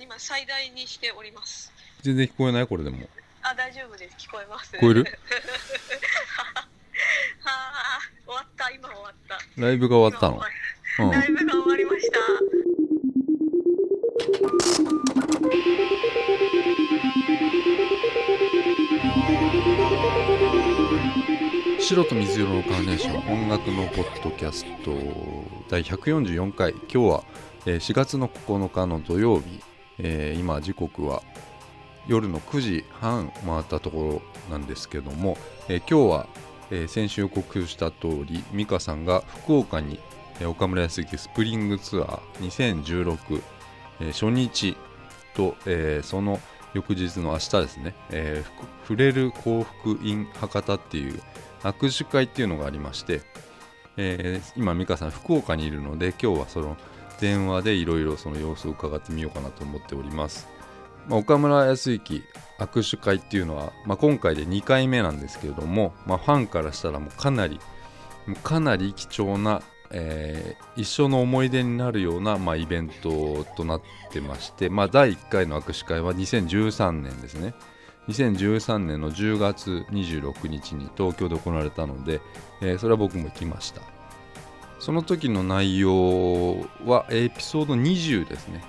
今最大にしております全然聞こえないこれでも。あ大丈夫です聞こえます聞こえるはあ終わった今終わったライブが終わったの今。うん。ライブが終わりました白と水色のカーネーション音楽のポッドキャスト第144回今日はえー4月の9日の土曜日、えー今時刻は夜の9時半回ったところなんですけども、えー今日は、えー先週告知した通り美香さんが福岡に、えー岡村康之スプリングツアー2016、えー初日と、えーその翌日の明日ですね、えーふく触れる幸福 in 博多っていう握手会っていうのがありまして、えー今美香さん福岡にいるので今日はその電話でいろいろその様子を伺ってみようかなと思っております、まあ、岡村康之握手会っていうのは、まあ、今回で2回目なんですけれども、まあ、ファンからしたらもうかなりもうかなり貴重な、えー一生の思い出になるような、まあ、イベントとなってまして、まあ、第1回の握手会は2013年ですね2013年の10月26日に東京で行われたので、えーそれは僕も来ましたその時の内容はエピソード20ですね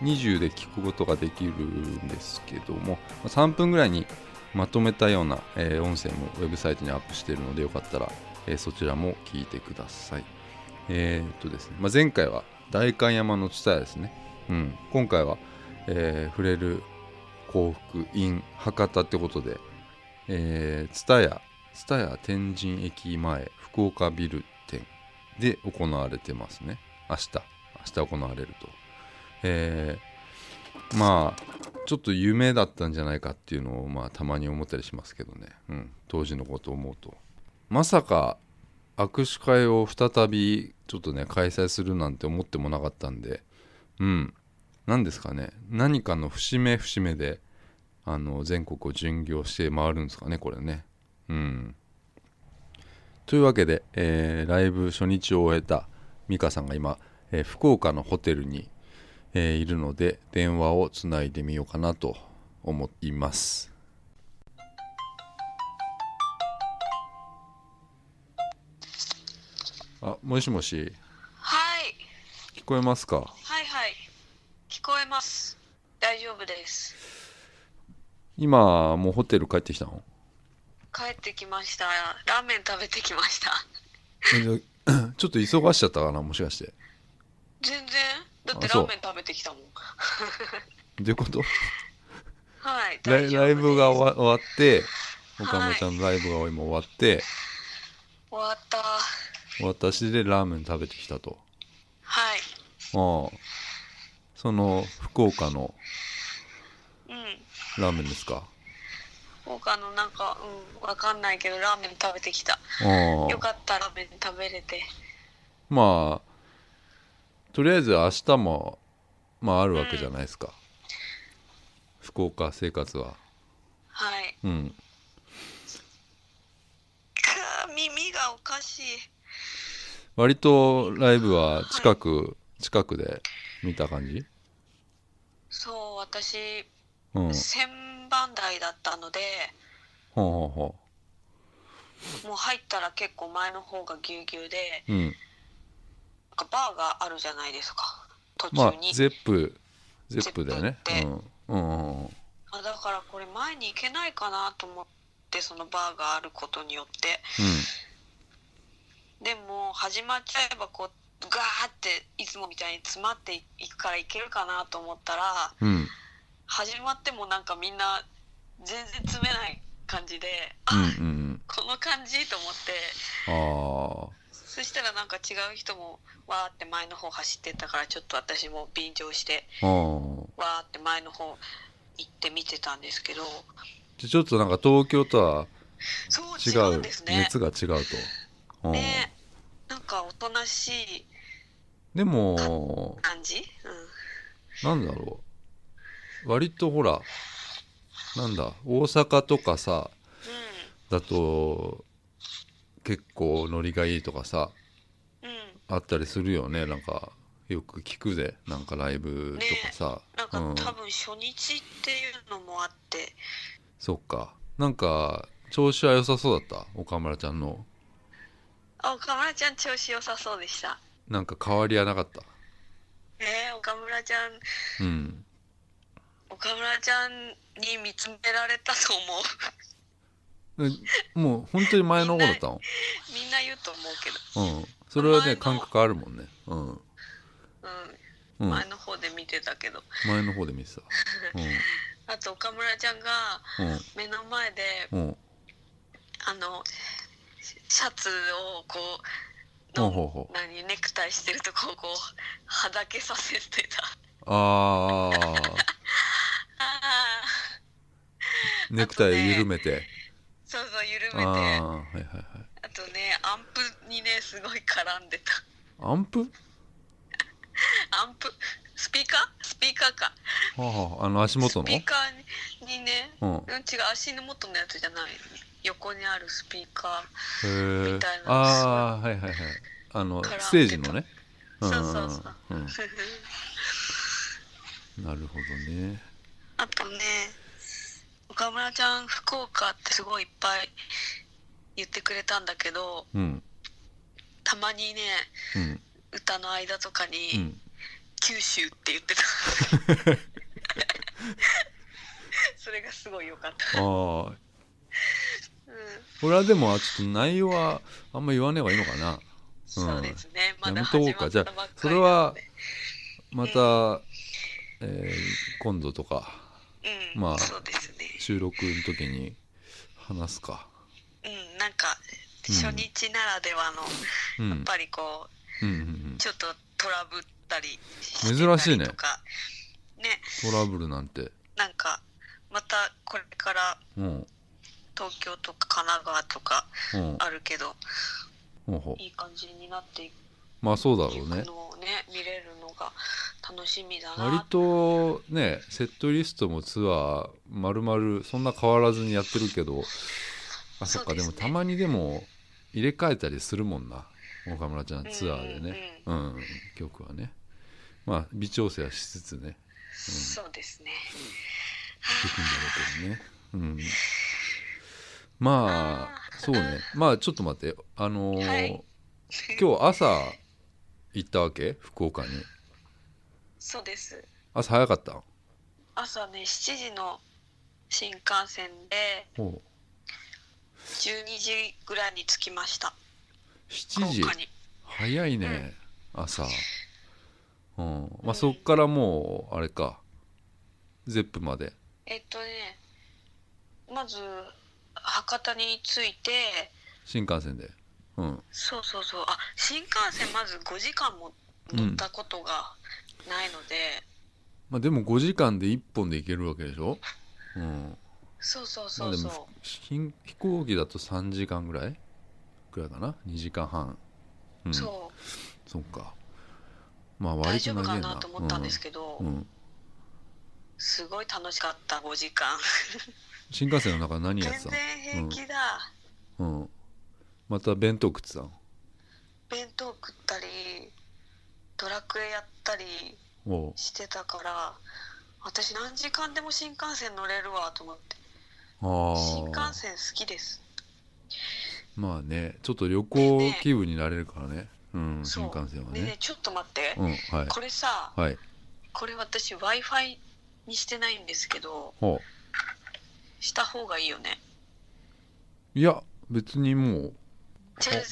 20で聞くことができるんですけどもまあ3分ぐらいにまとめたような、えー音声もウェブサイトにアップしているのでよかったら、えーそちらも聞いてくださいえーっとですね、まあ、前回は代官山の蔦屋ですね、うん、今回は、えー触れる幸福 in 博多ってことで、えー、蔦屋蔦屋天神駅前福岡ビル店で行われてますね明日明日行われるとえーまあちょっと夢だったんじゃないかっていうのをまあたまに思ったりしますけどね、うん、当時のことを思うとまさか握手会を再びちょっとね開催するなんて思ってもなかったんでうん何ですかね何かの節目節目であの全国を巡業して回るんですかねこれねうんというわけで、えーライブ初日を終えた美香さんが今、えー福岡のホテルに、えーいるので電話をつないでみようかなと思いますあもしもしはい聞こえますかはいはい聞こえます大丈夫です今もうホテル帰ってきたの帰ってきましたラーメン食べてきましたえじゃあ ちょっと忙しちゃったかなもしかして全然だってあラそうーメン食べてきたもんどういうことはいラ大イ丈夫ライブがです終わ終わって岡村ちゃんのライブが今終わって、終わった私でラーメン食べてきたとはいああその福岡のうんラーメンですか他のなんかうんわかんないけどラーメン食べてきたあよあかったラーメン食べれてまあとりあえず明日もまああるわけじゃないですか、福岡生活ははいうんくー耳がおかしい割とライブは近く近くで見た感じそう私うん千番台だったのでほうほうほもう入ったら結構前の方がぎゅうぎゅうでううんなんかバーがあるじゃないですか途中まあに、ゼップゼップだよねゼップうんうんうんうんあ、だからこれ前に行けないかなと思ってそのバーがあることによってでも始まっちゃえばこうガーっていつもみたいに詰まっていくからいけるかなと思ったらうんうん始まってもなんかみんな全然詰めない感じで、うんあうんうんこの感じと思ってああそしたらなんか違う人もわーって前の方走ってったからちょっと私も便乗してうんわーって前の方行って見てたんですけどじゃあちょっとなんか東京とはそう違違ううんですね熱が違うと、うんねなんかおとなしいでも感じ、うん、なんだろう割とほらなんだ大阪とかさだと結構ノリがいいとかさうんうんあったりするよねなんかよく聞くぜなんかライブとかさ、なんか、うん多分初日っていうのもあってそっかなんか調子は良さそうだった岡村ちゃんのあ岡村ちゃん調子良さそうでしたなんか変わりはなかったえー、岡村ちゃん うん岡村ちゃんに見つめられたと思う でもう本当に前の方だったのみんな言うと思うけどうんそれは前ねの感覚あるもんねうん、ううんん、前の方で見てたけど前の方で見てたあと岡村ちゃんがうん目の前でうんうんあのシシャツをこうほうのほうほう何ネクタイしてるとこをこうはだけさせてた ああーーネクタイ緩めてそうそう緩あめてああーはいはいはいとねアンプにねすごい絡んでたアンプはアンプスピーカースピーカーかあはああの足元スピーのカーにねうんうん違う足の元のやつじゃない横にあるスピーカへーみたいなのああはいはいはいあの絡んでたステージのねそんうそうそーんうんなるほどねあとね岡村ちゃん福岡ってすごいいっぱい言ってくれたんだけどうんたまにねうん歌の間とかうにん「九州」って言っ てたそれがすごい良かった、ああうん、俺はでもちょっと内容はあんま言わねえ方がいいのかなそうですねまやめだとこ始うまかっじゃたあばっかりなのでそれはまた、えー今度とかうんまあそうですね収録の時に話すかうんなんかうん初日ならではの、うんやっぱりこううんうんうんちょっとトラブったりして珍しいねたりとかねトラブルなんてなんかまたこれからうん東京とか神奈川とかうんあるけどほうほういい感じになっていくまあそうだろうねのをね見れるのが楽しみだ割なとねセットリストもツアーまるまるそんな変わらずにやってるけどあそっかそうでで,、すねもたまにでも入れ替えたりするもんな岡村ちゃんツアーでね、うんうんうんうん曲はねまあ微調整はしつつねそうですねできるんだろうけどね、うん、まあそうねまあちょっと待ってあのーはい今日朝行ったわけ福岡に そうです朝早かった朝ね7時の新幹線でほう12時ぐらいに着きました7時福岡に早いね、朝うんまうあんそっからもうあれかゼップまでえっとねまず博多に着いて新幹線でうんそうそうそうあ新幹線まず5時間も乗ったことがないので、まあでも5時間で1本で行けるわけでしょうんそうそうまそあうでそう、も飛飛行機だと3時間ぐらいくらいかな2時間半うんうそうそっかまあ大割丈と夫長かいななと思ったんですけど、うんうんすごい楽しかった5時間新幹線の中何全やっ然てた平気だ、のうんまた弁当食ってたの弁当食ったりドラクエやったりおうしてたから私何時間でも新幹線乗れるわと思ってああ新幹線好きですまあねちょっと旅行気分になれるからねうんそ新う幹線はねえねえねちょっと待って、うんはいこれさはいこれ私 w i f i にしてないんですけどほした方がいいよねういや別にもう違う違う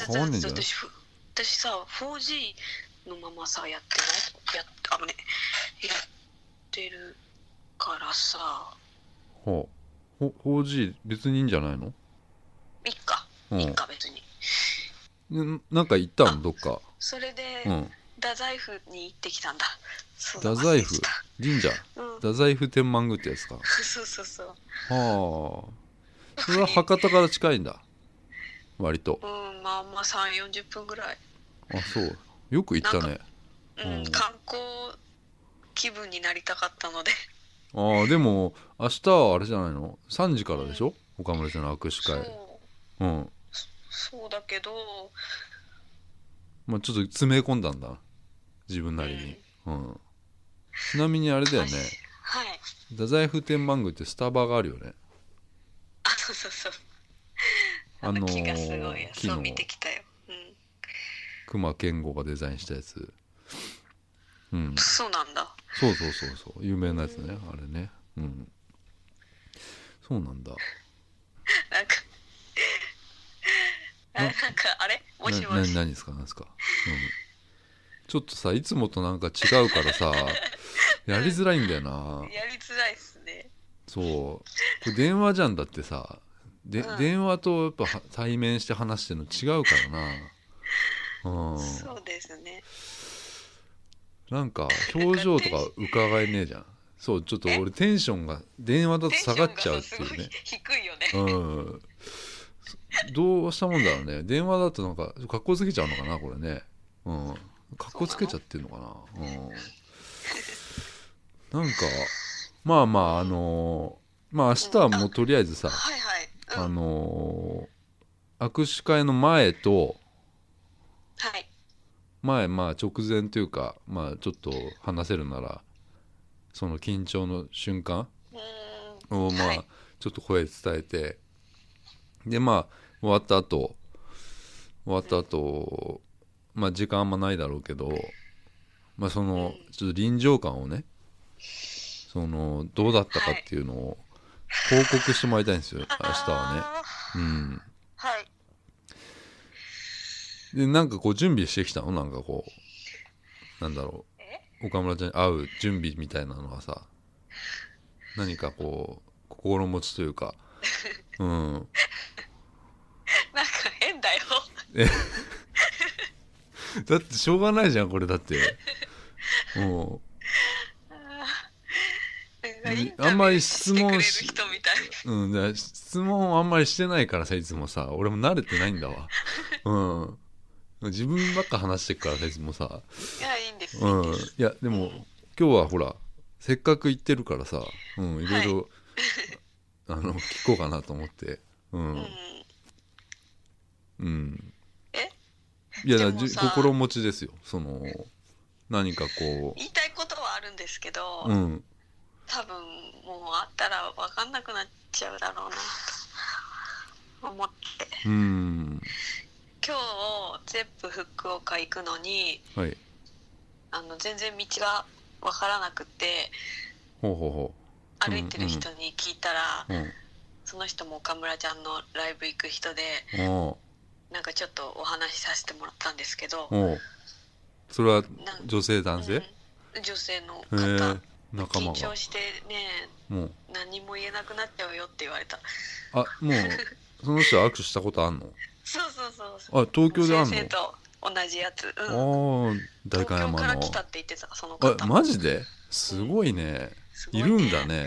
変わんねえんじ違うゃない私ふ私さ 4G のままさやってないやっあぶねやってるからさほうほ 4G 別にいいんじゃないのいっかういっか別にんでなんか行ったのどっかそれで、うん太宰府に行ってきたんだそうだ太宰忘府れて神社たうん 太宰府天満宮ってやつかそうそうそうはあそれは博多から近いんだ割とうんまあまあ3 4 0分ぐらいあそうよく行ったねうん、うん観光気分になりたかったのであーでも明日はあれじゃないの3時からでしょ岡村ちゃんの握手そ会ううんそうだけどまあちょっと詰め込んだんだ自分なりに、うん、ちなみにあれだよねはい太宰府天満宮ってスタバがあるよねあそうそうそうあのー気がすごい木のそう見てきたよ、うん、隈研吾がデザインしたやつうんそうなんだそうそうそうそう有名なやつねあれねうんそうなんだなん かあなんかあれもしもなしな何ですか何ですか、うん、ちょっとさいつもとなんか違うか らさやりづらいんだよなやりづらいっすねそうこれ電話じゃんだってさで、うん電話とやっぱは対面して話してるの違うからなうんそうですねなんか表情とか伺えねえじゃんそうちょっと俺テンションが電話だとテンショ下ンががっちゃうってすいごいうね低いよね、うんどうしたもんだろうね電話だとなんか格好つけちゃうのかなこれねうん格好つけちゃってるのかなうんなんかまあまああのーまあ明日はもうとりあえずさはいはい、うん、あはいのー握手会の前と前まあ直前というかまあちょっと話せるならその緊張の瞬間うをまあ、はいちょっと声伝えてでまあ終わった後終わった後、まあ時間あんまないだろうけどまあそのうちょっと臨場感をねそのどうだったかっていうのを報告してもらいたいん ですよ、明日はね。ねうんはいでなんかこう準備してきたのなんかこうなんだろう岡村ちゃんに会う準備みたいなのはさ何かこう心持ちとい うかうんなんか変だよだってしょうがないじゃんこれだって もあんまり質問し、し人みたいううん、だ質問あんまりしてないからさいつもさ俺も慣れてないん だわうん自分ばっか話してくからさいつもさいやいいんです、うんいいんいですやでも今日はほらせっかく行ってるからさ、うん、いろいろ、 あの聞こうかなと思ってううんん、うんえいやだでかもらじさ心持ちですよその何かこ言いたいことはあるんですけど、ううん多分もうあったら分かんなくなっちゃうだろうなと思ってうん今日ゼップ福岡行くのにはいあの全然道が分からなくてほうほうほ歩いてる人に聞いたら、ううんその人も岡村ちゃんのライブ行く人でおなんかちょっとお話しさせてもらったんですけどう、おうそれはなん女性男性、うん女性のへえ方仲緊間張がしてねもう何も言えなくなっちゃうよって言われたあもうその人は握手したことあんの そうそうそうそうあ東京であんの先生と同じやつ、うん、ああ代東京官山からの来たって言ってたその方あマジですごいねすごいいるんだ、ね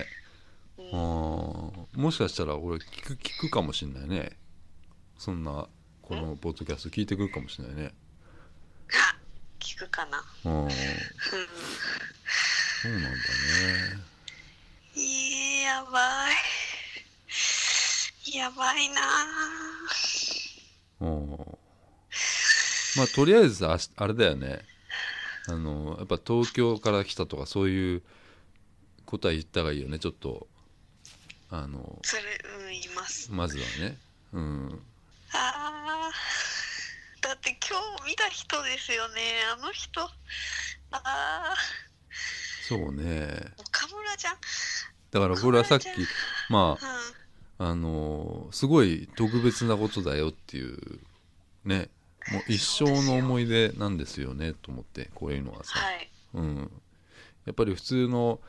うんあーもしかしたら俺聞く聞くかもしんないねそんなこのポッドキャスト聞いてくるかもしんないねあ 聞くかなうんうそうなんだねんいややばいやばいなうんまあとりあえずさあしあれだよねあのやっぱ東京から来たとかそういう答え言った方がいいよねちょっとあのそれうん言いますまずはねうんあーだって今日見た人ですよねあの人あそうねー岡村ちゃんだからこれはさっきこれじまあうんあのーすごい特別なことだよっていうねもう一生の思い出なんですよねと思ってこういうのはさ、はいうん、やっぱり普通の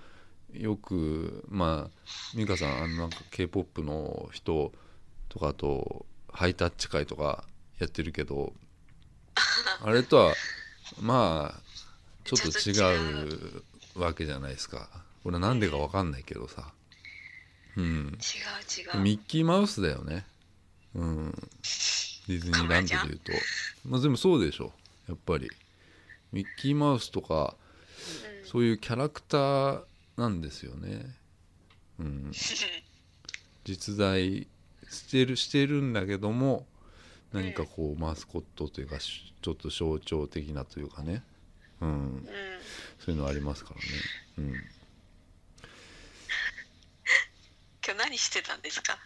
よくまあ美香さんあのなんか k p o p の人とかとハイタッチ会とかやってるけどあれとはまあちょっと違うわけじゃないですか俺はなんでかわかんないけどさうん違う違うミッキーマウスだよねうんディズニーランドでいうとまあでもそうでしょやっぱりミッキーマウスとかうんそういうキャラクターなんですよねうん実在してるしてるんだけども何かこうマスコットというかしちょっと象徴的なというかねうん う、んそういうのありますからね、うん、今日何してたんですか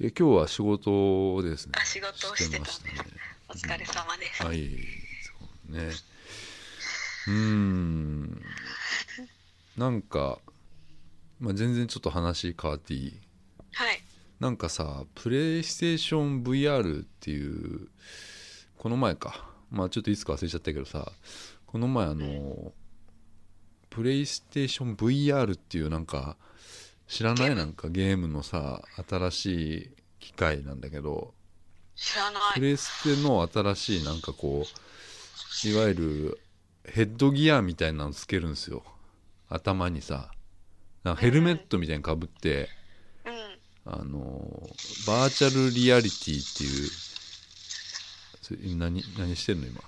え今日は仕事ですねあ仕事をしてたんまでしすたねお疲れ様です、はいそ うねうーんなんか、まあ、全然ちょっと話変わっていいはいなんかさプレイステーション VR っていうこの前かまあちょっといつか忘れちゃったけどさこの前あのプレイステーション VR っていうなんか知らなゲーいムなんかゲームのさ新しい機械なんだけど知らなプいレステの新しいなんかこういわゆるヘッドギアみたいなのつけるんですよ頭にさなんかヘルメットみたいにかぶって、うんあのバーチャルリアリティっていうそれ何何してんの今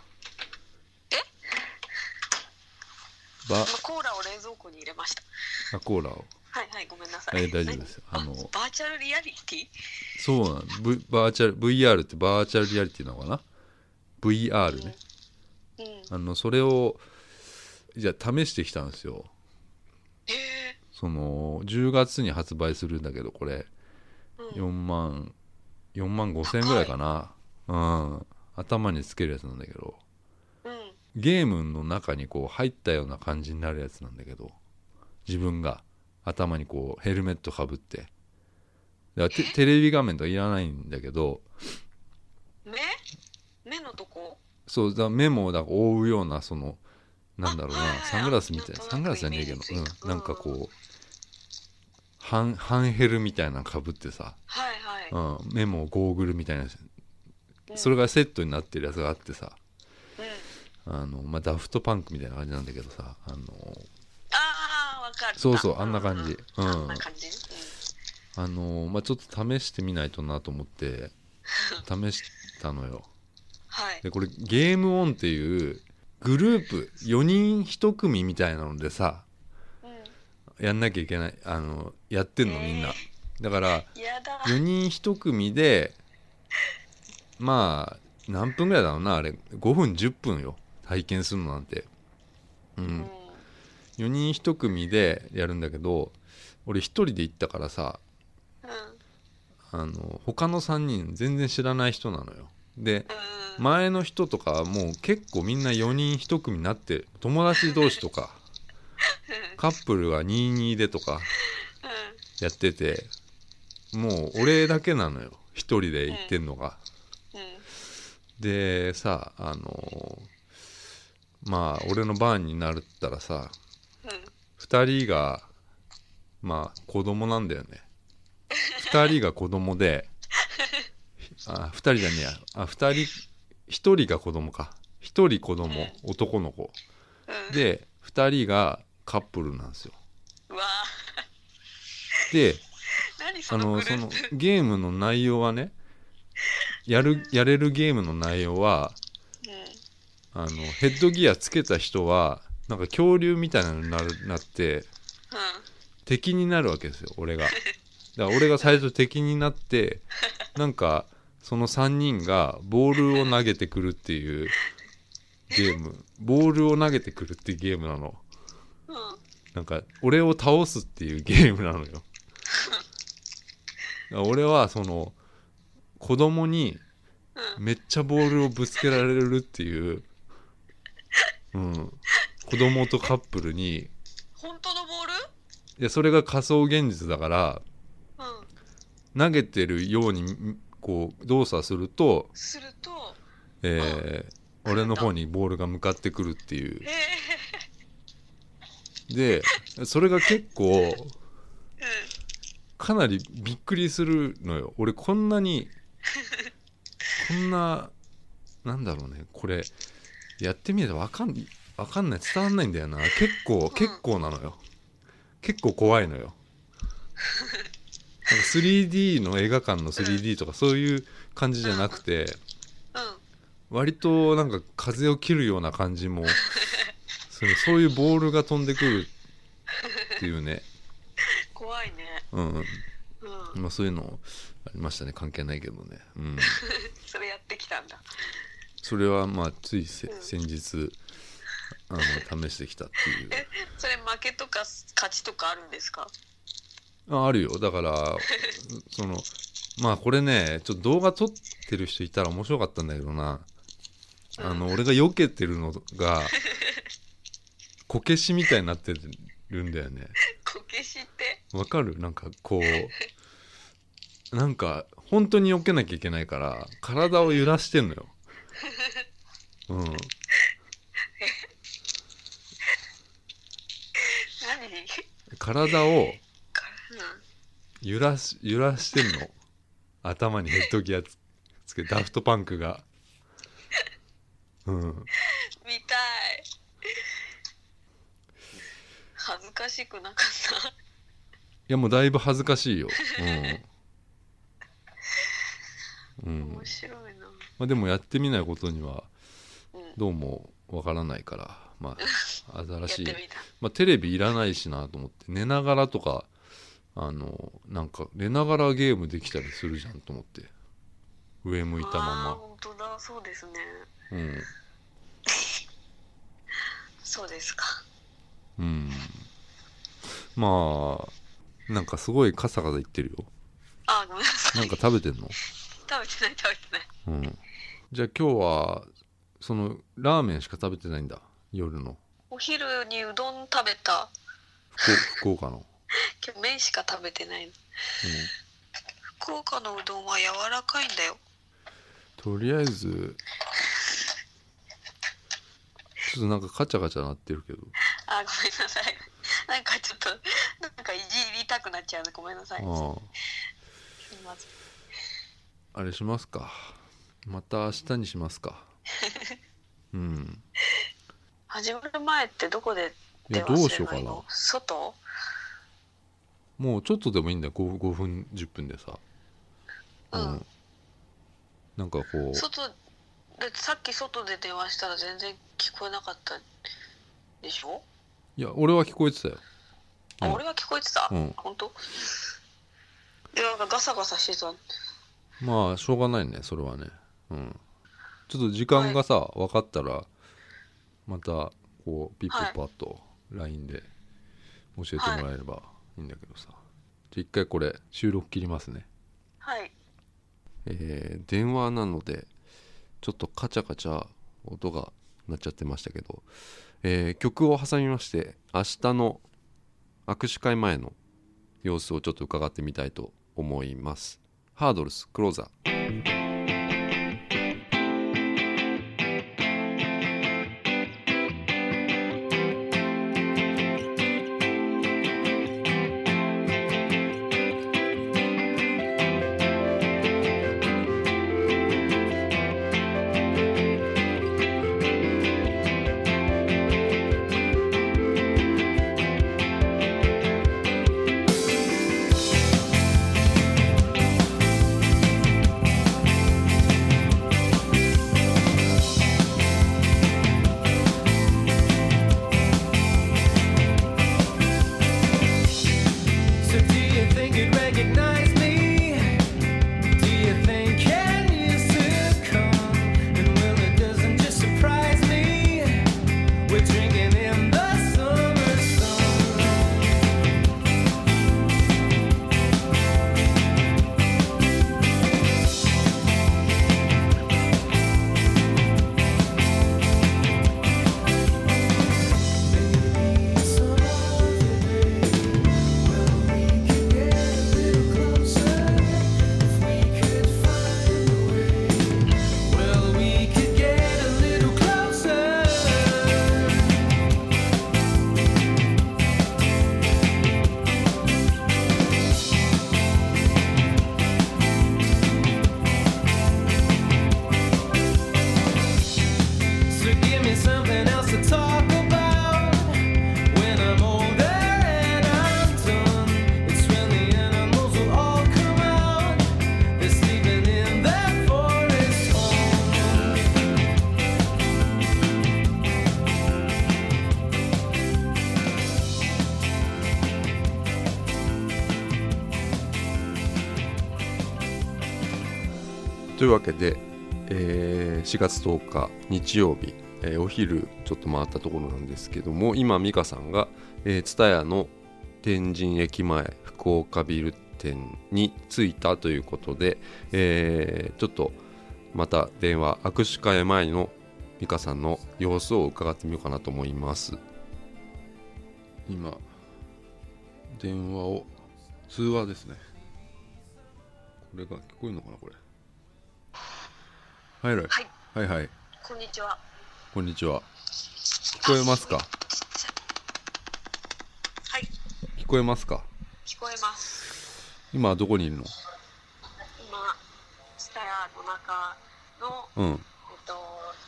えバコーラを冷蔵庫に入れましたあコーラをはいはいごめんなさいえ大丈夫ですよああのバーチャルリアリティそうなの、v、バーチャル VR ってバーチャルリアリティなのかな VR ねうんうんあのそれをじゃあ試してきたんですよへえその10月に発売するんだけどこれうん4万4万5千円ぐらいかなうん頭につけるやつなんだけどうんゲームの中にこう入ったような感じになるやつなんだけど自分が頭にこうヘルメットかぶってだからてテレビ画面とかいらないんだけど目目のとこそうだ目もだから覆うようなそのなんだろうあはいなはいサングラスみたいななんとなくサングラスじゃねえけイどメージついた、うん、なんかこう半半ヘルみたいなのかぶってさ、はいはい、うん、目もゴーグルみたいなやつうんそれがセットになってるやつがあってさうん、あの、まあ、ダフトパンクみたいな感じなんだけどさあのああわかるそうそうあんな感じうんうんあんな感じ、うん、あのーまあ、ちょっと試してみないとなと思って試したのよはいでこれゲームオンっていうグループ4人1組みたいなのでさうやんなきゃいけないあのやってんのみんな、えだからんやだ4人1組でまあ何分ぐらいだろうなあれ5分10分よ体験するのなんてううんん4人1組でやるんだけど俺1人で行ったからさうんあの他の3人全然知らない人なのようでん前の人とかはもう結構みんな4人1組になって友達同士とか カップルが22でとかうんやっててもう俺だけなのよ1人で行ってんのが。うんでさあのまあ俺の番になるったらさうん2人がまあ子供なんだよね2人が子 供であ2人じゃねえやあ2人1人が子供か1人子供男の子うんで2人がカップルなんですようわあで何そあのグのルそーのプゲームの内容はねやるやれるゲームの内容はうあのヘッドギアつけた人はなんか恐竜みたいなのになるなってんうん敵になるわけですよ俺がだから俺が最初敵になってなんかその3人がボールを投げてくるっていうゲームボールを投げてくるっていうゲームなのうんなんか俺を倒すっていうゲームなのよだから俺はその子供にうんめっちゃボールをぶつけられるっていう、うん、子供とカップルに本当のボールいやそれが仮想現実だからうん投げてるようにんこう動作すると、するとえー俺の方にボールが向かってくるっていうええでそれが結構うんかなりびっくりするのよ俺こんなにこんななんだろうねこれやってみないとわかんわかんない伝わんないんだよな結構結構なのよ結構怖いのよなんか 3D の映画館の 3D とかそういう感じじゃなくてうん割となんか風を切るような感じもそのそういうボールが飛んでくるっていうね、怖いねうんううん、ん まあ、そういうのありましたね関係ないけどね、うん、それやってきたんだそれはまあついせうん先日あの試してきたっていうそれ負けとか勝ちとかあるんですかああるよだからそのまあこれねちょっと動画撮ってる人いたら面白かったんだけどなあの俺が避けてるのがこけしみたいになってるんだよねこけしってわかるなんかこうなんか本当に避けなきゃいけないから体を揺らしてんのようん何体をかうん揺らし揺らしてんの頭にヘッドギアつつけてダフトパンクがうん見たい恥ずかしくなかっいやもうだいぶ恥ずかしいよ。うん。うたん面。白いなまあでもやってみないことにはうんどうもわからないから、まあ新やっしてい。みたまあテレビいらないしなと思って寝ながらとかあのなんか寝ながらゲームできたりするじゃんと思って上向いたあーま本当だそうですねま。うん。そうですかうん。まあなんかすごいカサカサ言ってるよ。あーごめんなさいなんか食べてん食べの？てない食べてないうん、じゃあ今日はそのラーメンしか食べてないんだ夜のお昼にうどん食べた福福岡の、今日麺しか食べてない福岡のうどんは柔らかいんだようん、とりあえずちょっとなんかカチャカチャ鳴ってるけどあーごめんなさい なんかちょっとなんかいじりたくなっちゃうねごめんなさいあすいませんああれしますかまた明日にします かうん始まる前ってどこでい電やど話すうれしようばかいいなの外もうちょっとでもいいんだよ 5, 5分10分でさうんなんかこう外だってさっき外で電話したら全然聞こえなかったでしょ、いや俺は聞こえてたよあうん俺は聞こえてた、うん本当でなんかガサガサしてたまあしょうがないねそれはねうんちょっと時間がさ、分かったらまたこうピッポパッと LINE で教えてもらえればいいんだけどさ、じゃあ一回これ収録切りますねはいえー電話なのでちょっとカチャカチャ音が鳴っちゃってましたけど、えー曲を挟みまして明日の握手会前の様子をちょっと伺ってみたいと思いますハードルスクローザー So do you think you'd recognize me? Do you think can you still come? And well, it doesn't just surprise me. We're drinking in the summer sun. Well, we could get a little closer. So give me something else to talk about when I'm older and I'm done. It's when the animals will all come out. They're sleeping in the forest home. というわけで、えー4月10日日曜日えーお昼ちょっと回ったところなんですけども今美香さんが TSUTAYA、えー TSUTAYA の天神駅前福岡ビル店に着いたということで、えーちょっとまた電話握手会前の美香さんの様子を伺ってみようかなと思います今電話を通話ですねこれが聞こえるのかなこれはいはいはいはいはいこんにちはこんにちは聞こえますかはい聞こえますか聞こえます今どこにいるの今スタヤの中のうんえっと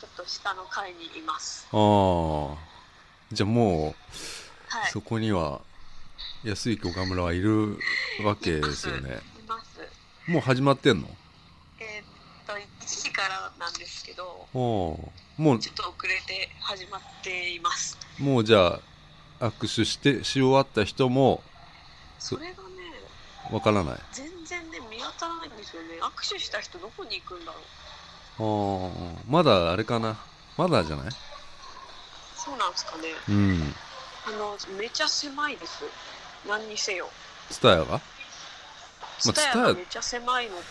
ちょっと下の階にいますああじゃあもはいうそこには安行岡村はいるわけですよねいますもう始まってんのえっと1時からなんですけどおーもちょっと遅れて始まっていますうもうじゃあ握手してし終わった人もそれがねわからない全然ね見当たらないんですよね握手した人どこに行くんだろうあーまだあれかなまだじゃないそうなんですかねうんあのめちゃ狭いです何にせよツタヤがツタ TSUTAYA ヤがめちゃ狭いのと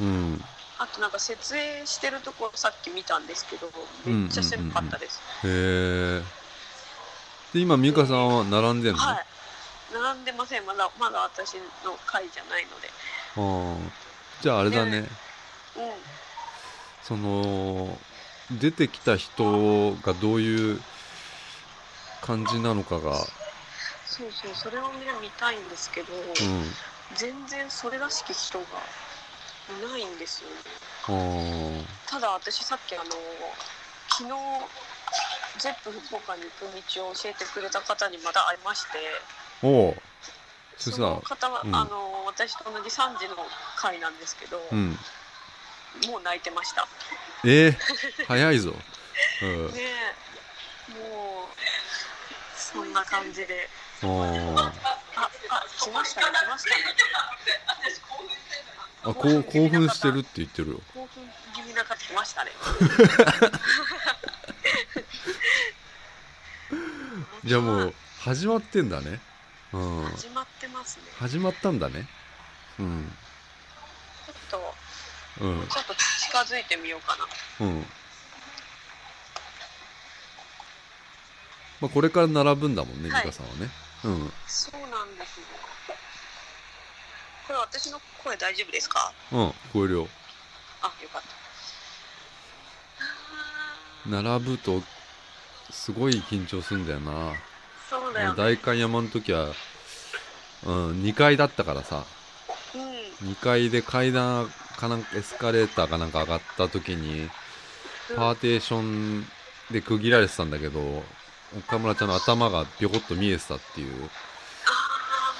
うんあとなんか設営してるとこさっき見たんですけどめっちゃ狭かったです、へえで今美香さんは並んでんの、はい並んでませんまだまだ私の回じゃないのであーじゃああれだねうんその出てきた人がどういう感じなのかが、そうそうそれをね見たいんですけど、うん、全然それらしき人がいないんですよねあーただ私さっきあの昨日ゼップ福岡に行く道を教えてくれた方にまた会いましておうそそしたらの方は、うんあの私と同じ3時の回なんですけど、うんもう泣いてましたえー、早いぞ、うんねえもうそんな感じであーああ来ましたね来ましたねあこう興奮してるって言ってるよ興奮気味な方来ましたね じゃあもう始まってんだね、うん、始まってますね始まったんだねうんちょっとうんちょっと近づいてみようかなうんまあこれから並ぶんだもんね美はい香さんはね、うんそうなんですよ。これ私の声大丈夫ですか？うん、聞こえるよ。あ、よかった。あ並ぶと、すごい緊張するんだよな。ーそうだよ、ね。代官山の時は、うん、2階だったからさ、うん、うん、 2階で階段かなんか、エスカレーターかなんか上がった時に、パーテーションで区切られてたんだけど、岡村ちゃんの頭がぴょこっと見えてたっていう、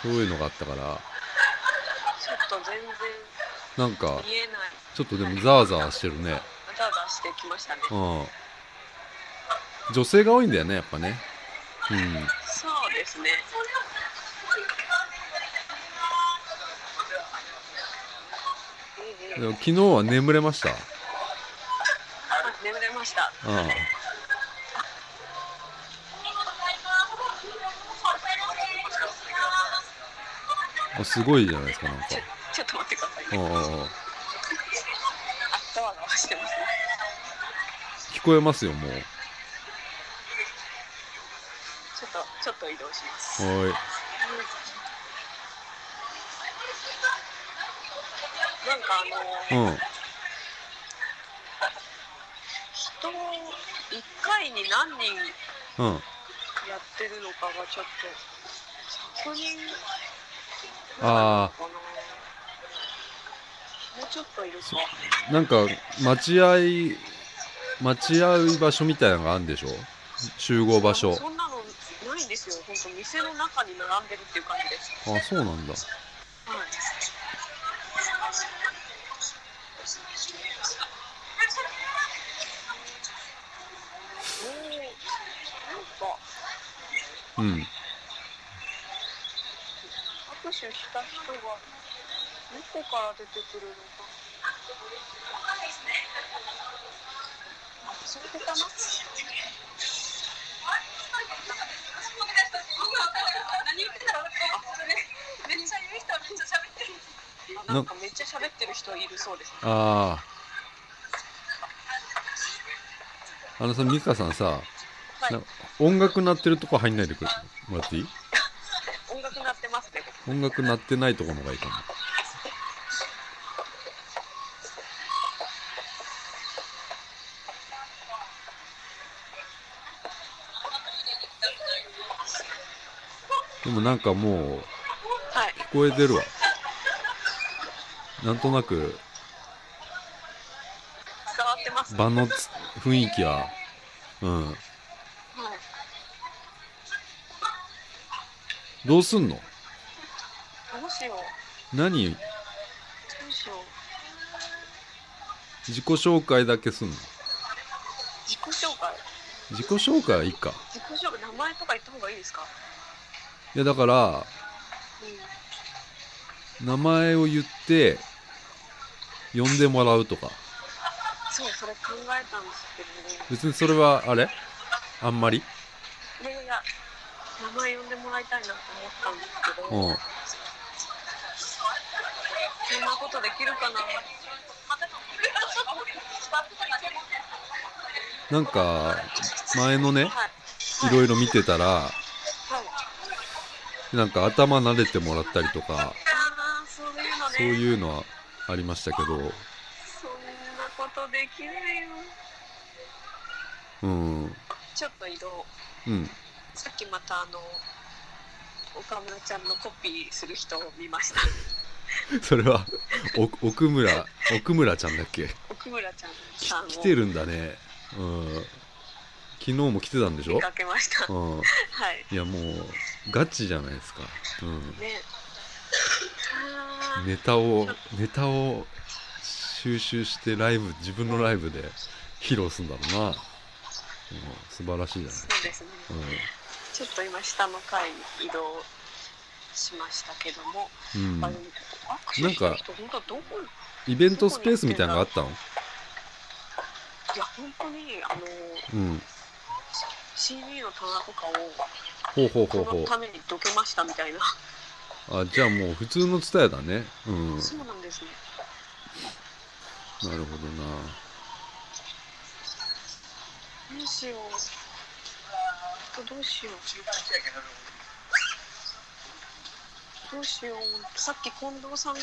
そういうのがあったから、ちょっと全なんか然、見えない。ちょっとでもザワザワしてるね。ダダしてきましたね。うん。女性が多いんだよね、やっぱね。うん。そうですね。うんでうん、も昨日は眠れました。あ眠れました。あああすごいじゃないですかなんかちょちょっと待ってください、うんね。うんうんあ、ざわざわしてますね。聞こえますよもうはちょっと、ちょっと移動します。ーなんいかあのーうん人を一回に何人うんやってるのかがちょっと100人ああもうちょっといるかあなんか待合待合場所みたいなのがあるんでしょ集合場所そんなのないんですよ本当店の中に並んでるっていう感じですあそうなんだはいおーなんかうん握手した人が猫から出てくるのか。それかなあなんかめっちゃ喋ってる人いるそうですね。あああのさ美香さんさ、はいな音楽鳴ってるとこ入んないでくれもらっていい音楽鳴ってますね。音楽鳴ってないとこの方がいいかなでもなんかもうはい。聞こえてるわなんとなく伝わってます。場のつ雰囲気はうんはい。どうすんのどうしよう。何どうしよう。自己紹介だけすんの自己紹介。自己紹介はいいか自己紹介、名前とか言った方がいいですか。いやだからうん。名前を言って呼んでもらうとかそう、それ考えたんですけどね。別にそれはあれあんまりいやいや、名前呼んでもらいたいなと思ったんですけど、うんそんなことできるかな。なんか前のねはい。いろいろ見てたらはい。なんか頭慣れてもらったりとかああ、そういうのね。そういうのはありましたけどそんなことできないよ。うんちょっと移動。うんさっきまたあの、岡村ちゃんのコピーする人を見ま した。それはお奥村奥村ちゃんだっけ奥村ちゃんきさんを来てるんだねうん昨日も来てたんでしょ見かけました。うんはい。いやもうガチじゃないですかうんね。あーネタをネタを収集してライブ自分のライブで披露するんだろうな、うん、素晴らしいじゃそうですね。ない、ちょっと今下の階に移動しましたけども、うんあうでも握手なんしてかる人本当どこん、イベントスペースみたいなのがあったのいや本当にあのうん CD の棚とかをほうほうほうこほのためにどけましたみたいな、うあじゃあもう普通のツタヤだねうん なそうなんですね。るほどなどうしよう。どうしよう。どうしよう。さっき近藤さん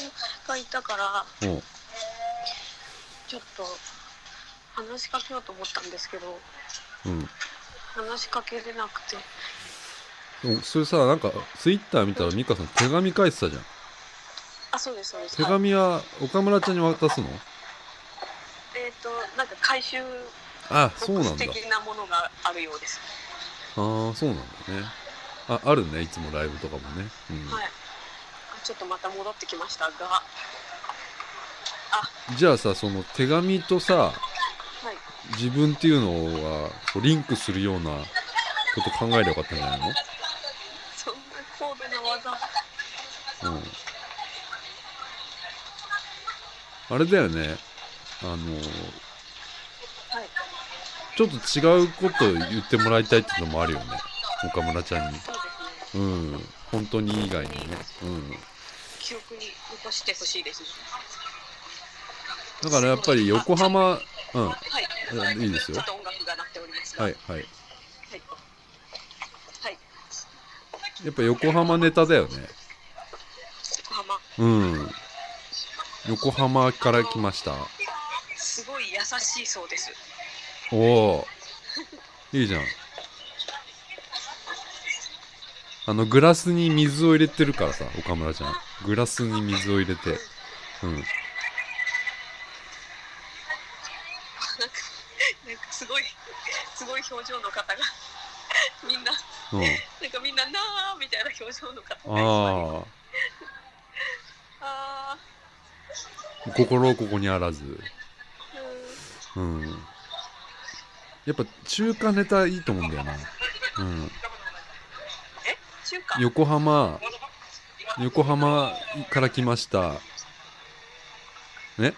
がいたからおうちょっと話しかけようと思ったんですけど、話しかけれなくて。うんおそれさなんかツイッター見たら美香さん手紙書いてたじゃんあ、そうですそうです。手はい紙は岡村ちゃんに渡すのえっ、となんか回収あそうボックなスんだ的なものがあるようです。ああそうなんだねああるねいつもライブとかもねうん、はい。あちょっとまた戻ってきましたが、はじゃあさその手紙とさい。自分っていうのはこうリンクするようなこと考えればよかったんじゃないそんな高度な技。の、うん、あれだよねあのはい。ちょっと違うことを言ってもらいたいっていうのもあるよね岡村ちゃんにそうですね。うん本当に以外にねうん記憶に残してほしいですね。だからやっぱり横浜うんはい。あいいですよちょっと音楽が鳴っておりますが。はいははい。いはい。やっぱ横浜ネタだよね横浜うん横浜から来ましたすごい優しいそうです。 おおいいじゃんあのグラスに水を入れてるからさ岡村ちゃんグラスに水を入れてうんなんかなんかすごいすごい表情の方が みんななんかみんななーみたいな表情の方うんがあああ心をここにあらずーうんうんやっぱ中華ネタいいと思うんだよな、うん、え中華横浜横浜から来ましたね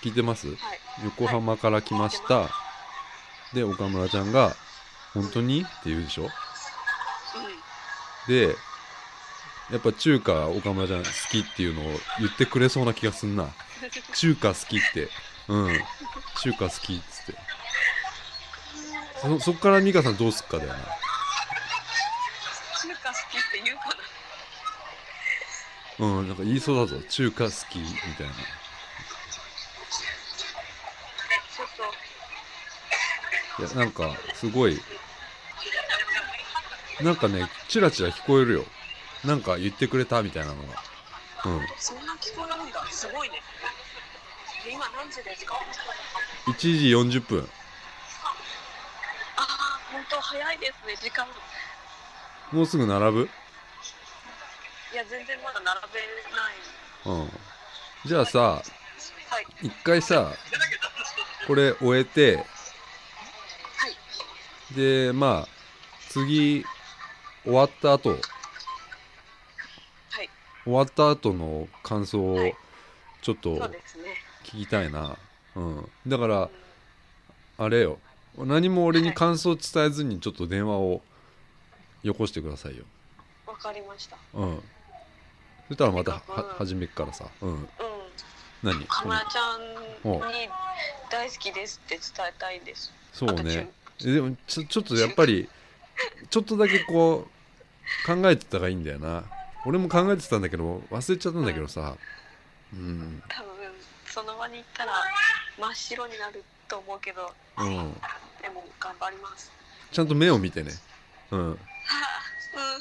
聞いてますはい横浜から来ましたで岡村ちゃんが「本当に?」って言うでしょうんでやっぱ中華岡村ちゃん好きっていうのを言ってくれそうな気がすんな 中華好きってうん中華好きっつってそそっから美香さんどうすっかだよな中華好きって言うかなうんなんか言いそうだぞ中華好きみたいなちょっといやなんかすごいなんかねチラチラ聞こえるよなんか言ってくれたみたいなのがうそんな聞こえるんだすごいねで今何時ですかん1時40分ああ本当早いですね時間もうすぐ並ぶいや全然まだ並べないうんじゃあさはい一回さこれ終えてはいでまあ次終わった後はい終わった後の感想はをいちょっとそうですね聞きたいな、うん、だからあれよ何も俺に感想伝えずにちょっと電話をよこしてくださいよわかりましたうんそしたらまたはうん始めっからさうんうん何カメラちゃんおに大好きですって伝えたいですそう赤ちゃんねえでもちょちょっとやっぱりちょっとだけこう考えてた方がいいんだよな俺も考えてたんだけど忘れちゃったんだけどさうん多分その場に行ったら真っ白になると思うけどうんでも頑張りますちゃんと目を見てねうんは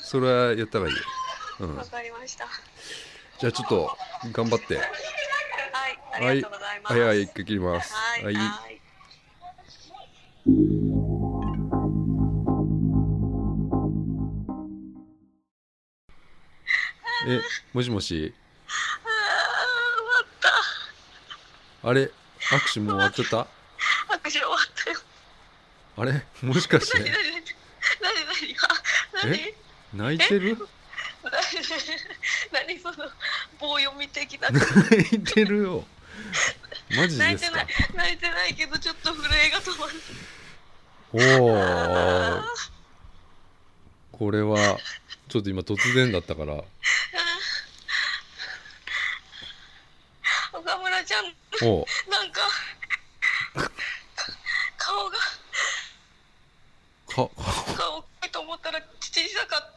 それはやった方がいいようあうんんわかりましたじゃあちょっと頑張ってはいありがとうございますはいはい一回切りますはいはいえもしもしあー終わっあれ握手もう終わっちゃったた拍手終わったよあれもしかし何て何何何何何え泣いてる何何その棒読み的な泣いてるよマジ泣いでてすなかい泣いてないけどちょっと震えが止まるおあーーこれはちょっと今突然だったから岡村ちゃんおうなんか顔がか顔大きいと思ったら小さかっ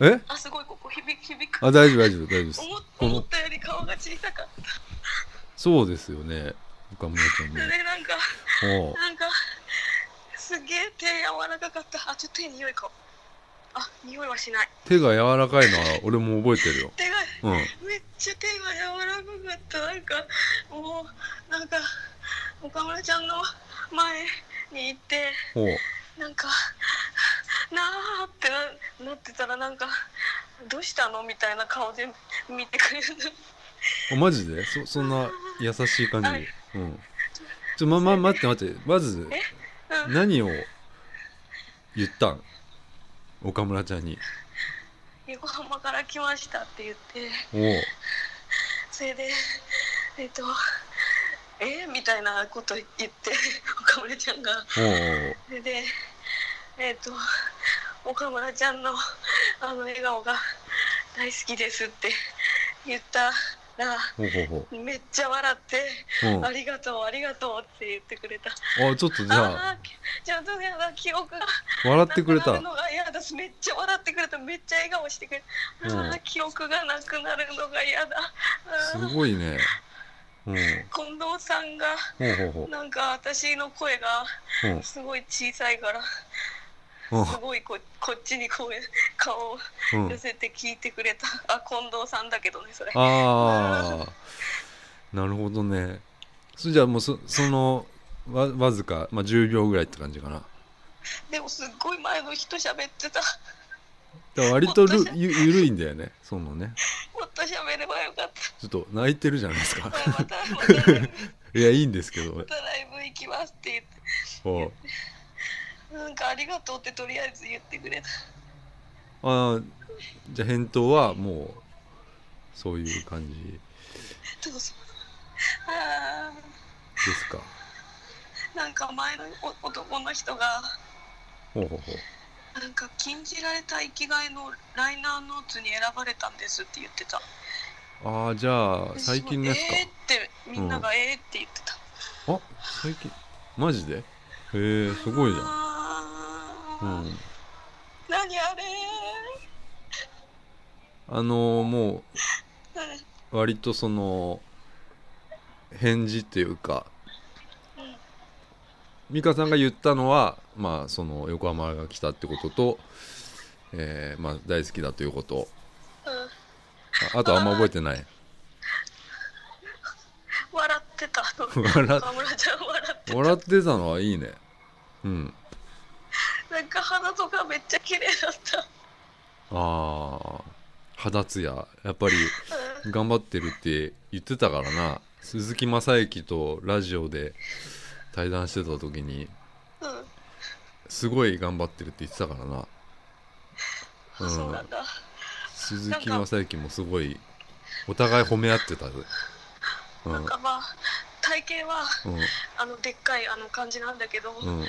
えたあすごいここ響く響くあ大丈夫大丈夫大丈夫です思っこ思のったより顔が小さかったそうですよね岡村ちゃんでなんかもおうなんかすげえ手柔らかかったあちょっと手匂いかあ匂いはしない手が柔らかいのは俺も覚えてるよ手がうんめっちゃ手が柔らかかったなんかもうなんか岡村ちゃんの前に行っておうなんかなあってななってたらなんかどうしたのみたいな顔で見てくれるあマジでそそんな優しい感じはいうんちょまま待って待ってまずうん何を言ったん岡村ちゃんに横浜から来ましたって言っておうそれでえっとえみたいなこと言って岡村ちゃんがおうおうそれでえっ、と岡村ちゃんのあの笑顔が大好きですって言ったらほうほうほめっちゃ笑って、ううんありがとうありがとうって言ってくれたあちょっとじゃああーきちょっとやだ記憶が笑っなてくくれなたるのが嫌だめっちゃ笑ってくれためっちゃ笑顔してくれた、うんあー記憶がなくなるのが嫌だあすーごいねうん近藤さんがほうほうほなんか私の声がううんすごい小さいからうんすごいここっちにこう顔をうん寄せて聞いてくれた、あ近藤さんだけどねそれああなるほどねそれじゃあもうそそのわわずか、まあ、10秒ぐらいって感じかなでもすっごい前の人喋ってただから割とるゆゆるいんだよねそのねもっと喋ればよかったちょっと泣いてるじゃないです まかたまたライブいやいいんですけどまたライブ行きますって言っておうなんかありがとうってとりあえず言ってくれたあーじゃあ返答はもうそういう感じでどうぞあすかーなんか前のお男の人がほうほうほなんか禁じられた生きがいのライナーノーツに選ばれたんですって言ってたうああじゃあ最近のやつえーってみんながえーって言ってた、かあ最近マジでへえすごいじゃんんうん何あれあのーーもう割とその返事っていうかうん美香さんが言ったのはまあその横浜が来たってことと、えーまあ、大好きだということうんああとあんま覚えてない笑ってた笑っ岡村ちゃん笑って笑ってたのはいいねうんなんか鼻とかめっちゃ綺麗だったああ肌ツヤやっぱりうん頑張ってるって言ってたからな鈴木雅之とラジオで対談してた時にうん、すごい頑張ってるって言ってたからなうんそうなんだ鈴木雅之もすごいお互い褒め合ってたぜうんなんかまあ体型はうあのでっかいあの感じなんだけど、んうん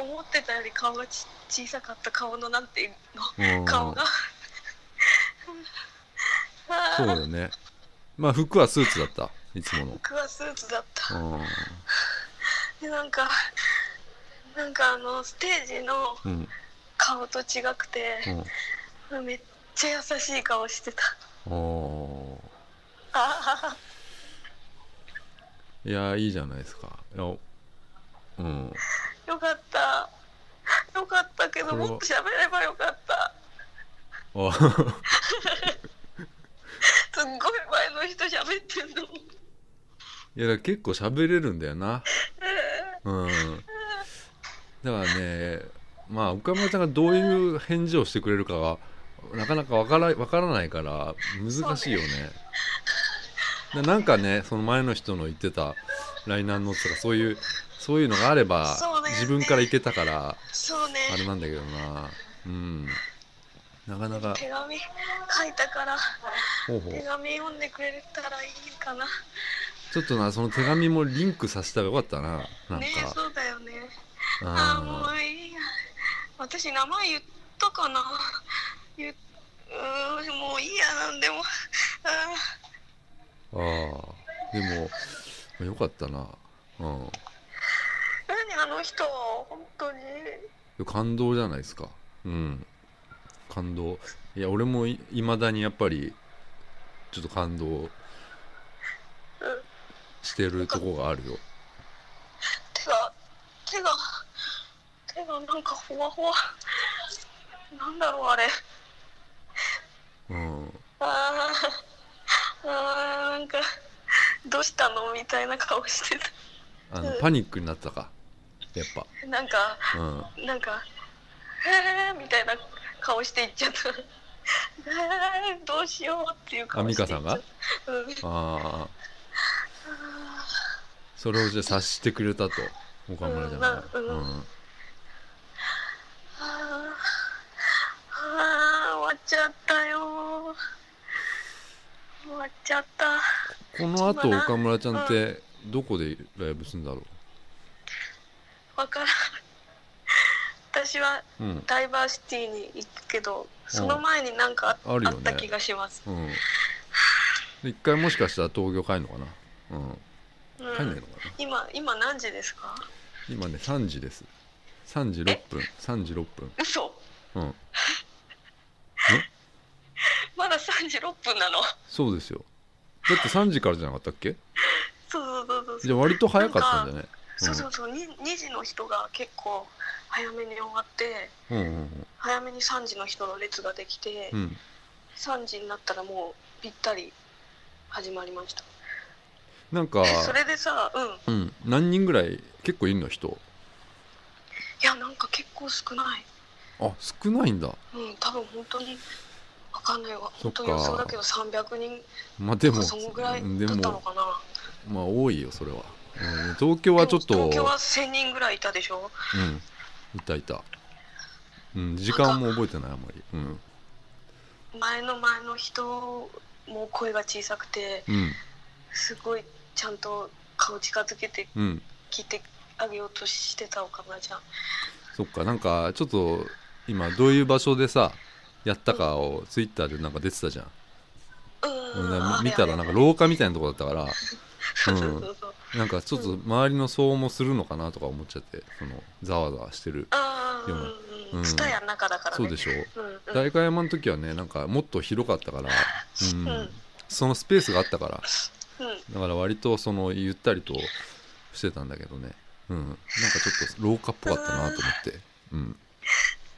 思ってたより顔がち小さかった顔のなんていううんの顔があそうー だねまあ服はスーツだったいつもの僕はスーツだったうでなんかなんかあのステージのんうん顔と違くて、めっちゃ優しい顔してたうんおーあいやいいじゃないですかいやうんーよかったよかったけこどれもはっと喋ればよかったあすっごい前の人喋ってんのいやだから結構喋れるんだよなえうんだからねまあ岡村ちゃんがどういう返事をしてくれるかがなかなかわからわからないから難しいよねななんかねその前の人の言ってたライナーノーツとかそういうそういうのがあればそうだよね自分からいけたからーそうねあれなんだけどなうんなかなか手紙書いたからほうほう手紙読んでくれたらいいかなちょっとなその手紙もリンクさせたらよかったななんねえかそうだよねああもあういいや私名前言ったかな言っうーんもういいやなんでもあーあーでもよかったなうんー何あの人本当に感動じゃないですかうん感動いや俺もいまだにやっぱりちょっと感動うんしてるとこがあるよ手が手が手がなんかほわほわなんだろうあれうんあーあーなんかどうしたのみたいな顔してあのパニックになったかやったなんかぱうんなんか「へえ」みたいな顔していっちゃった 「へえーどうしよう」っていう顔あ美してい香っちゃさっんたがうんああそれをじゃあ察してくれたと岡村ちゃんがうんうんうんあーあー終わっちゃったよ終わっちゃったこのあと岡村ちゃんってどこでライブするんだろわからん私はううんダイバーシティに行くけどその前になんかあ,、あるよねった気がします、うんで一回もしかしたら東京帰るのかなうんうん帰んないのかな今今何時ですか今ね3時です3時6分3時6分嘘うんまだ3時6分なのそうですよだって3時からじゃなかったっけそうそうそうそうじゃあ割と早かったんじゃないそうそうそう、に2時の人が結構早めに終わってうんうんうん早めに3時の人の列ができて、うん3時になったらもうぴったり始まりましたなんかえそれでさうんいうん何人ぐらい結構いるの人やなんか結構少ないあ少ないんだうん多分本当にわかんないわそ本っか当に予想だけど300人まあでともかそのぐらいでだったのもかなまあ多いよそれは、うん、東京はちょっでとも東京は1000人ぐらいいたでしょうんいたいた、うん、時間も覚えてないあんまりうん前の前の人も声が小さくてうんすごいちゃんと顔近づけてうん聞いてあげようとしてた岡村ちゃんそっかなんかちょっと今どういう場所でさやったかをツイッターでなんか出てたじゃん、うだんから見たらなんかロ廊下みたいなとこだった からそうそううんそうそうなんかちょっと周りの騒音もするのかなとか思っちゃってそのざわざわしてるあでもーううんんツタヤの中だからねそうでしょうんうん代官山の時はねなんかもっと広かったから、うんうんそのスペースがあったからうんだから割とそのゆったりとしてたんだけどね、うん、なんかちょっと廊下っぽかったなと思って、うん、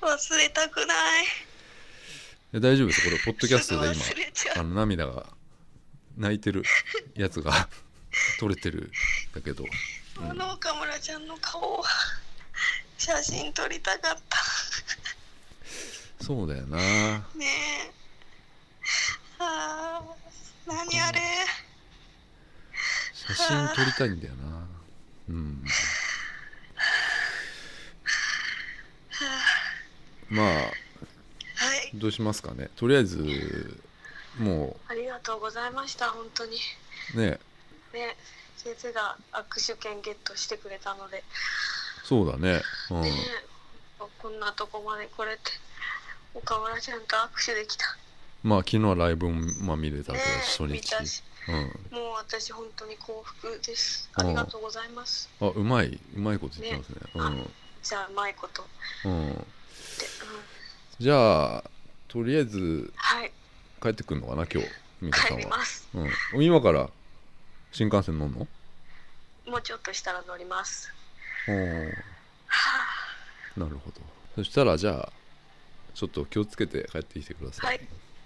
忘れたくないで大丈夫ですよこれポッドキャストで今すぐ忘れちゃあうの涙が泣いてるやつが取れてるんだけどうんあの岡村ちゃんの顔は写真撮りたかったそうだよなねえあー何あれ写真撮りたいんだよなうんまあはいどうしますかねとりあえずもありがとうございました本当にうねね先生が握手券ゲットしてくれたので、そうだねうんねえこんなとこまで来れて岡村ちゃんと握手できたまあ昨日はライブも、まあ、見れたけねど初え見日たしうんもう私本当に幸福ですうあんりがとうございますあうまいうまいこと言ってますねねじゃあうまいことっうんうんて、うん、じゃあとりあえずはい帰ってくるのかな今日美香さ帰んりは、ますうん、今から新幹線乗んのもうちょっとしたら乗りますおーはなるほどそしたらじゃあちょっと気をつけて帰ってきてくだあさ、はいい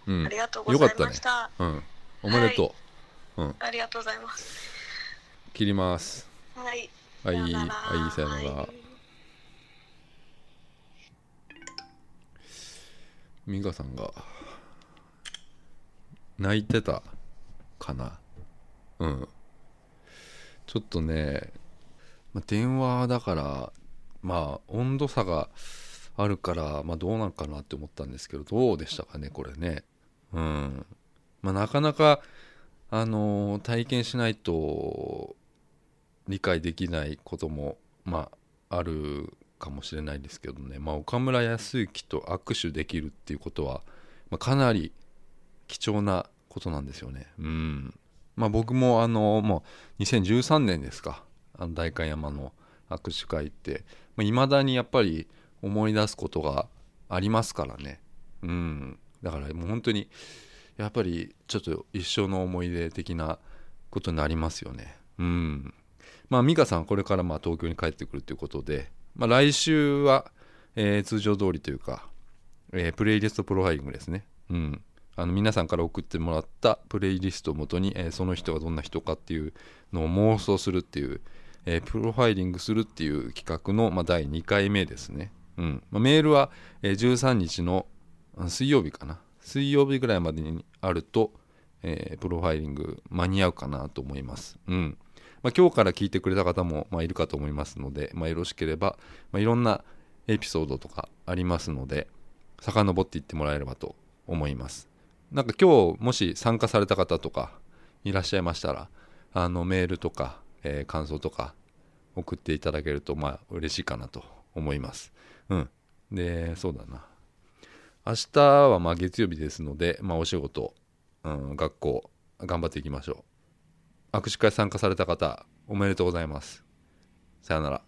うんありがとうございまよしかたうん、おめでとう、ありがとうございます切りますはいはいさはいよならさよなら、はい美香さんが泣いてたかなうんちょっとね、まあ、電話だからまあ温度差があるから、まあ、どうなんかなって思ったんですけどどうでしたかねこれねうんまあなかなかあのー体験しないと理解できないこともまああるかもしれないですけどね、まあ、岡村康之と握手できるっていうことは、まあ、かなり貴重なことなんですよね。うんまあ、僕もあのもう2013年ですかあの代官山の握手会っていまあ、未だにやっぱり思い出すことがありますからね。うん、だからもう本当にやっぱりちょっと一生の思い出的なことになりますよね。うんまあ、美香さんはこれからまあ東京に帰ってくるということで、まあ、来週は、えー通常通りというか、えープレイリストプロファイリングですね。うん、あの皆さんから送ってもらったプレイリストをもとに、えーその人がどんな人かっていうのを妄想するっていう、えープロファイリングするっていう企画の、まあ、第2回目ですね。うんまあ、メールは、えー13日のあ水曜日かな水曜日ぐらいまでにあると、えープロファイリング間に合うかなと思います。うんまあ、今日から聞いてくれた方も、まあ、いるかと思いますので、まあ、よろしければ、まあ、いろんなエピソードとかありますので遡っていってもらえればと思いますなんか今日もし参加された方とかいらっしゃいましたらあのメールとか、えー感想とか送っていただけるとまあ嬉しいかなと思いますうんでそうだな明日はまあ月曜日ですので、まあ、お仕事、うん、学校頑張っていきましょう握手会参加された方おめでとうございますさよなら